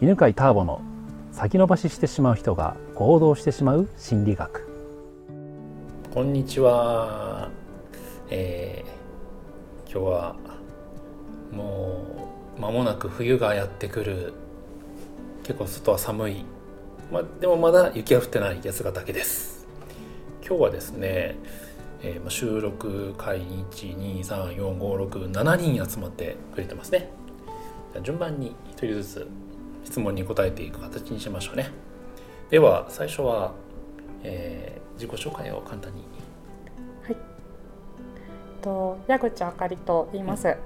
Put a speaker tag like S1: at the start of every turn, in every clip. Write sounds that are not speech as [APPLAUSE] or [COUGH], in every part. S1: 犬飼ターボの先延ばししてしまう人が行動してしまう心理学
S2: こんにちは、えー今日はもう間もなく冬がやってくる結構外は寒い、まあ、でもまだ雪は降ってない八ヶ岳です今日はですね、えーまあ収録会に1234567人集まってくれてますねじゃあ順番に1人ずつ質問に答えていく形にしましょうねでは最初は、えー自己紹介を簡単に
S3: えっと矢口あかりと言います。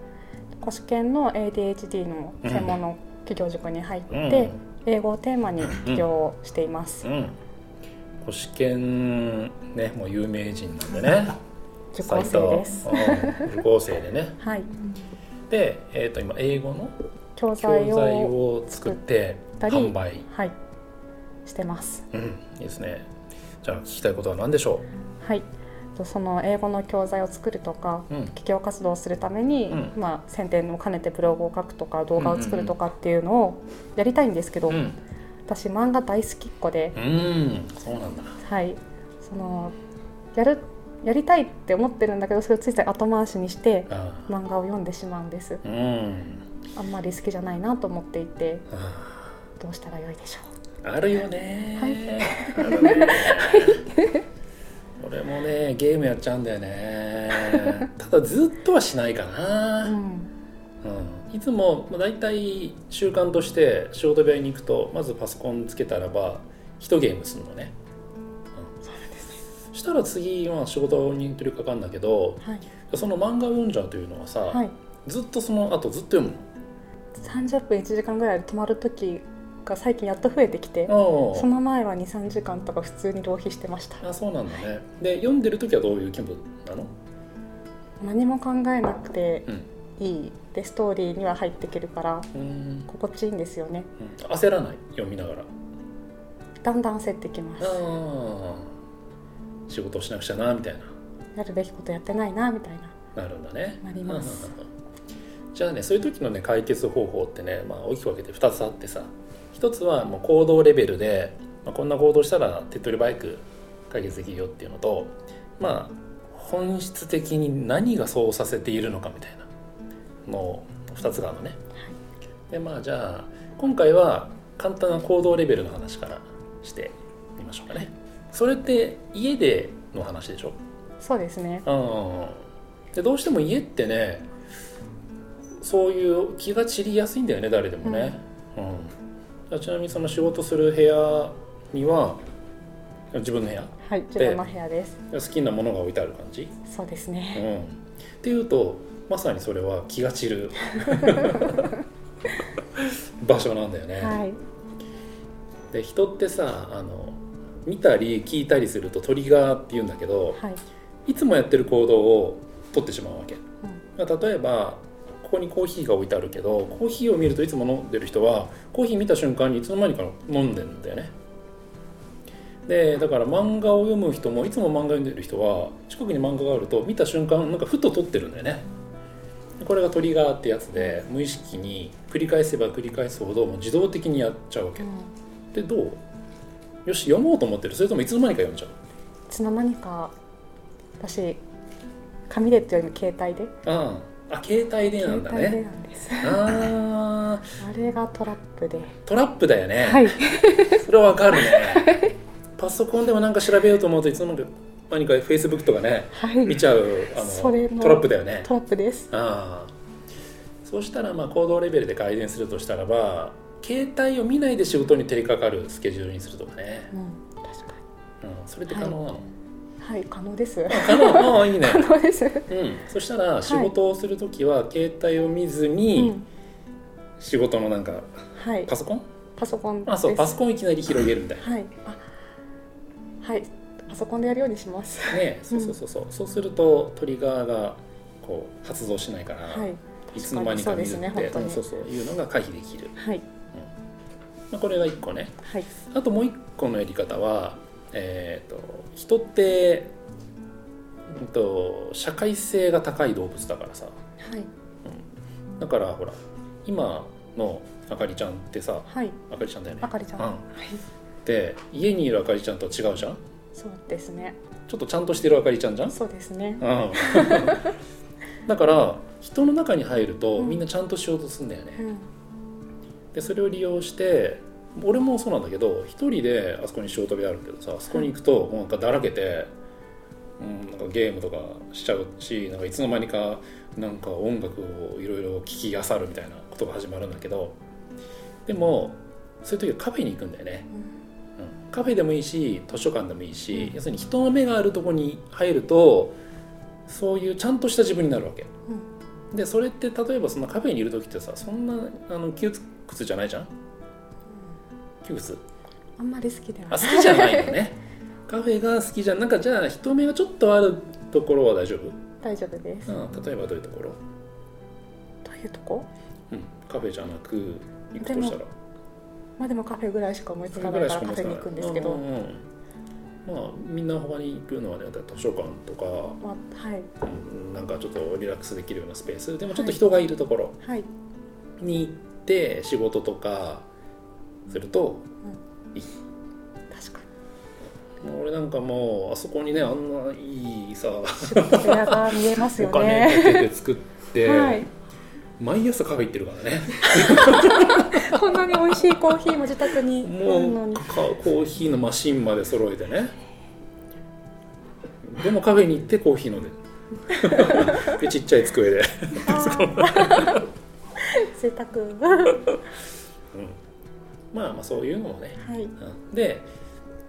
S3: 古試験の ADHD の専門の企業塾に入って、英語をテーマに起業をしています
S2: う。ん、保試験ねもう有名人なんでね
S3: [LAUGHS] 受講生です。
S2: 斉藤うん受講生でね
S3: はい、
S2: で、えー、と今英語の
S3: 教
S2: 教
S3: 材
S2: 材
S3: を
S2: を作って
S3: たり
S2: 販売、
S3: はいしてます。
S2: うん、いいですねじゃあ聞きたいことは何でしょ
S3: はい。えっとその英語の教材を作るとか。
S2: う、うん、
S3: 企業活動をするために、
S2: うん
S3: まあ、宣伝を兼ねてブログを書くとか動画を作るとかっていうのをやりたいんですけど、
S2: うん、
S3: 私漫画大好きっ子で、
S2: うん、そうなんだ
S3: はい、そのやるやりたいって思ってるんだけどそれをついつい後回しにして
S2: あ
S3: 漫画を読んでしまうんです
S2: ーうん
S3: あんまり好きじゃないなと思っていて
S2: あ
S3: どうしたらよいでしょ
S2: ーあるよね
S3: はい
S2: あるね俺もねゲームやっちゃうんだよねただずっとはしないかな、
S3: う、うん、
S2: うんいつもまあ大体習慣として仕事部屋に行くとまずパソコンつけたらば一ゲームするのね、うん、そしたら次は仕事に取り掛かるんだけど
S3: はい、
S2: その漫画を読んじゃうというのはさ、
S3: はい、
S2: ずっとその後ずっと読む
S3: 30分1時間ぐらいで止まる時が最近やっと増えてきて
S2: の
S3: その前は23時間とか普通に浪費してました
S2: ああそうなんだねで読んでる時はどういう気分なの
S3: 何も考えなくて
S2: うん
S3: いいでストーリーには入ってけるから
S2: うーん
S3: 心地いいんですよね
S2: うん焦らない読みながら
S3: だんだん焦ってきます
S2: あー仕事をしなくちゃなみたいな
S3: やるべきことやってないなみたいな
S2: なるんだね。
S3: なります
S2: うんうんうんうん [LAUGHS] じゃあねそういう時のね解決方法ってね、まあ、大きく分けて2つあってさ1つはもう行動レベルで、まあ、こんな行動したら手っ取り早く解決できるよっていうのとまあ本質的に何がそうさせているのかみたいなの2つがあるのね。でまあじゃあ今回は簡単な行動レベルの話からしてみましょうかね。それって家での話でしょ
S3: そうですね
S2: うんでどうしても家ってねそういう気が散りやすいんだよね誰でもね、うんじゃあちなみにその仕事する部屋には自分の部屋
S3: はい自分の部屋です
S2: 好きなものが置いてある感じ、
S3: そうです
S2: う
S3: ね。
S2: ん、っていうとまさにそれは気が散る [LAUGHS] 場所なんだよね、
S3: はい。
S2: で人ってさあの見たり聞いたりするとトリガーって言うんだけど、
S3: はい。
S2: いつもやってる行動を取ってしまうわけ、
S3: ん
S2: まあ例えばここにコーヒーが置いてあるけどコーヒーを見るといつも飲んでる人はコーヒー見た瞬間にいつの間にか飲んでるんだよねでだから漫画を読む人もいつも漫画読んでる人は近くに漫画があると見た瞬間なんかふと撮ってるんだよねこれがトリガーってやつで無意識に繰り返せば繰り返すほどもう自動的にやっちゃうわけ
S3: うん
S2: でどうよし読もうと思ってるそれともいつの間にか読んじゃう
S3: いつの間にか私紙でっていうよりも携帯で
S2: あああ携帯でなんだ
S3: 携帯で
S2: ね
S3: な
S2: [LAUGHS]
S3: んです。
S2: あー
S3: あれがトラップで。
S2: トラップだよね、
S3: はい。
S2: それはわかるねパソコンでもなんか調べようと思うといつの間にか何か Facebook とかね
S3: はい
S2: 見。ちゃうあの
S3: それの
S2: トラップだよね
S3: トラップです。
S2: ああそうしたらまあ行動レベルで改善するとしたらば携帯を見ないで仕事に取り掛かるスケジュールにするとかね、
S3: うん。確か
S2: うん、それって可能なの、
S3: に。はい。可能です。
S2: 可能あ
S3: [LAUGHS]
S2: あいいね
S3: 可能です。
S2: うんそしたら仕事をするときは携帯を見ず
S3: う
S2: に
S3: ん。
S2: 仕事のなんか
S3: はい
S2: パ。ソコン
S3: パソコンです。
S2: あそうパソコンいきなり広げるみたいな
S3: はい。あ。はい。パソコンでやるようにします。
S2: ねそうそうそうそう、そうするとトリガーがこう発動しないから、
S3: はい。
S2: い、つの間にか見るって
S3: そうですね本当に
S2: うんそうそういうのが回避できる、
S3: はい。
S2: まあ、これが1個ね
S3: はい。
S2: あともう1個のやり方はえっ、と人って、うんと、社会性が高い動物だからさ
S3: はい。
S2: だからほら今のあかりちゃんってさ
S3: はい
S2: あかりちゃんだよね
S3: あかりちゃん、
S2: うん
S3: はい
S2: で家にいるあかりちゃんとは違うじゃん
S3: そうですね
S2: ちょっとちゃんとしてるあかりちゃんじゃん
S3: そうですね
S2: うん、だから人の中に入ると
S3: うん
S2: みんなちゃんとしようとするんだよね、
S3: うん
S2: でそれを利用して俺もそうなんだけど一人であそこに仕事部屋あるけどさあそこに行くともうなんかだらけて、うん、なんかゲームとかしちゃうしなんかいつの間にかなんか音楽をいろいろ聴きあさるみたいなことが始まるんだけどでもそういう時はカフェに行くんだよね、
S3: うん
S2: うんカフェでもいいし図書館でもいいし、
S3: うん
S2: 要するに人の目があるところに入るとそういうちゃんとした自分になるわけ
S3: うん
S2: でそれって例えばそのカフェにいる時ってさそんなあの窮屈じゃないじゃん窮屈
S3: あんまり好きでは
S2: あ
S3: ない
S2: 好きじゃないの
S3: [LAUGHS]
S2: ねカフェが好きじゃんなんかじゃあ人目がちょっとあるところは大丈夫、
S3: 大丈夫で
S2: う
S3: す、
S2: ん、例えばどういうところ、
S3: というとこ
S2: うん、カフェじゃなく行くとしたら
S3: まあでもカフェぐらいしか思いつか
S2: ぐ
S3: な
S2: ら
S3: い
S2: いし
S3: から
S2: か
S3: カフェに行くんですけど、
S2: うんうんうんまあみんな他に行くのはねだから図書館とか
S3: まあはい
S2: うんなんかちょっとリラックスできるようなスペースでもちょっと人がいるところ
S3: はい
S2: に行って仕事とかすると、
S3: 確か
S2: もう俺なんかもうあそこにねあんないいさ、
S3: に仕事部屋が見えます
S2: お
S3: よ
S2: 金
S3: ね
S2: かけて作って、
S3: [LAUGHS] はい
S2: 毎朝カフェ行ってるからね
S3: こんなに美味しいコーヒーも自宅にある
S2: も
S3: の
S2: う
S3: に
S2: カカオコーヒーのマシンまで揃えてねでもカフェに行ってコーヒー飲んででちっちゃい机で
S3: [LAUGHS] あー贅沢は
S2: まあまあそういうのもね、
S3: い
S2: うんで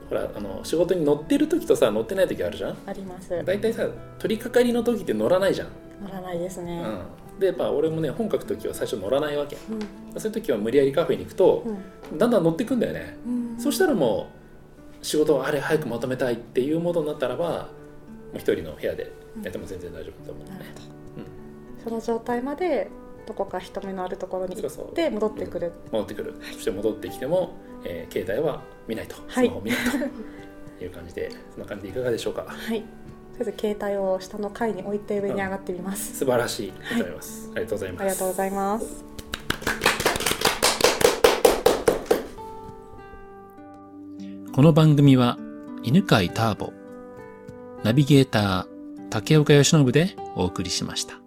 S2: ほらあの仕事に乗ってる時とさ乗ってない時あるじゃん
S3: あります
S2: 大体さ取り掛かりの時って乗らないじゃん、
S3: 乗らないですね
S2: うん、でやっぱ俺もね本書く時は最初乗らないわけ
S3: うん
S2: そういう時は無理やりカフェに行くと
S3: う、
S2: だんだん乗ってくんだよね、
S3: んうん
S2: そしたらもう仕事をあれ早くまとめたいっていうモードになったらばもう一人の部屋でやっても全然大丈夫だと思うんだ
S3: な
S2: よ
S3: る
S2: ね、
S3: ほどその状態までどこか人目のあるところに行
S2: そうそ
S3: っ
S2: う
S3: て戻ってくる
S2: 戻ってくるそして戻ってきても、えー携帯は見ないとス
S3: はい
S2: マホを見ないという感じで、そんな感じでいかがでしょうか
S3: はいとりあえず携帯を下の階に置いて上に上がってみます、
S2: 素晴らしいと思います、ありがとうございます
S3: ありがとうございます
S2: この番組は犬飼ターボナビゲーター竹岡由伸でお送りしました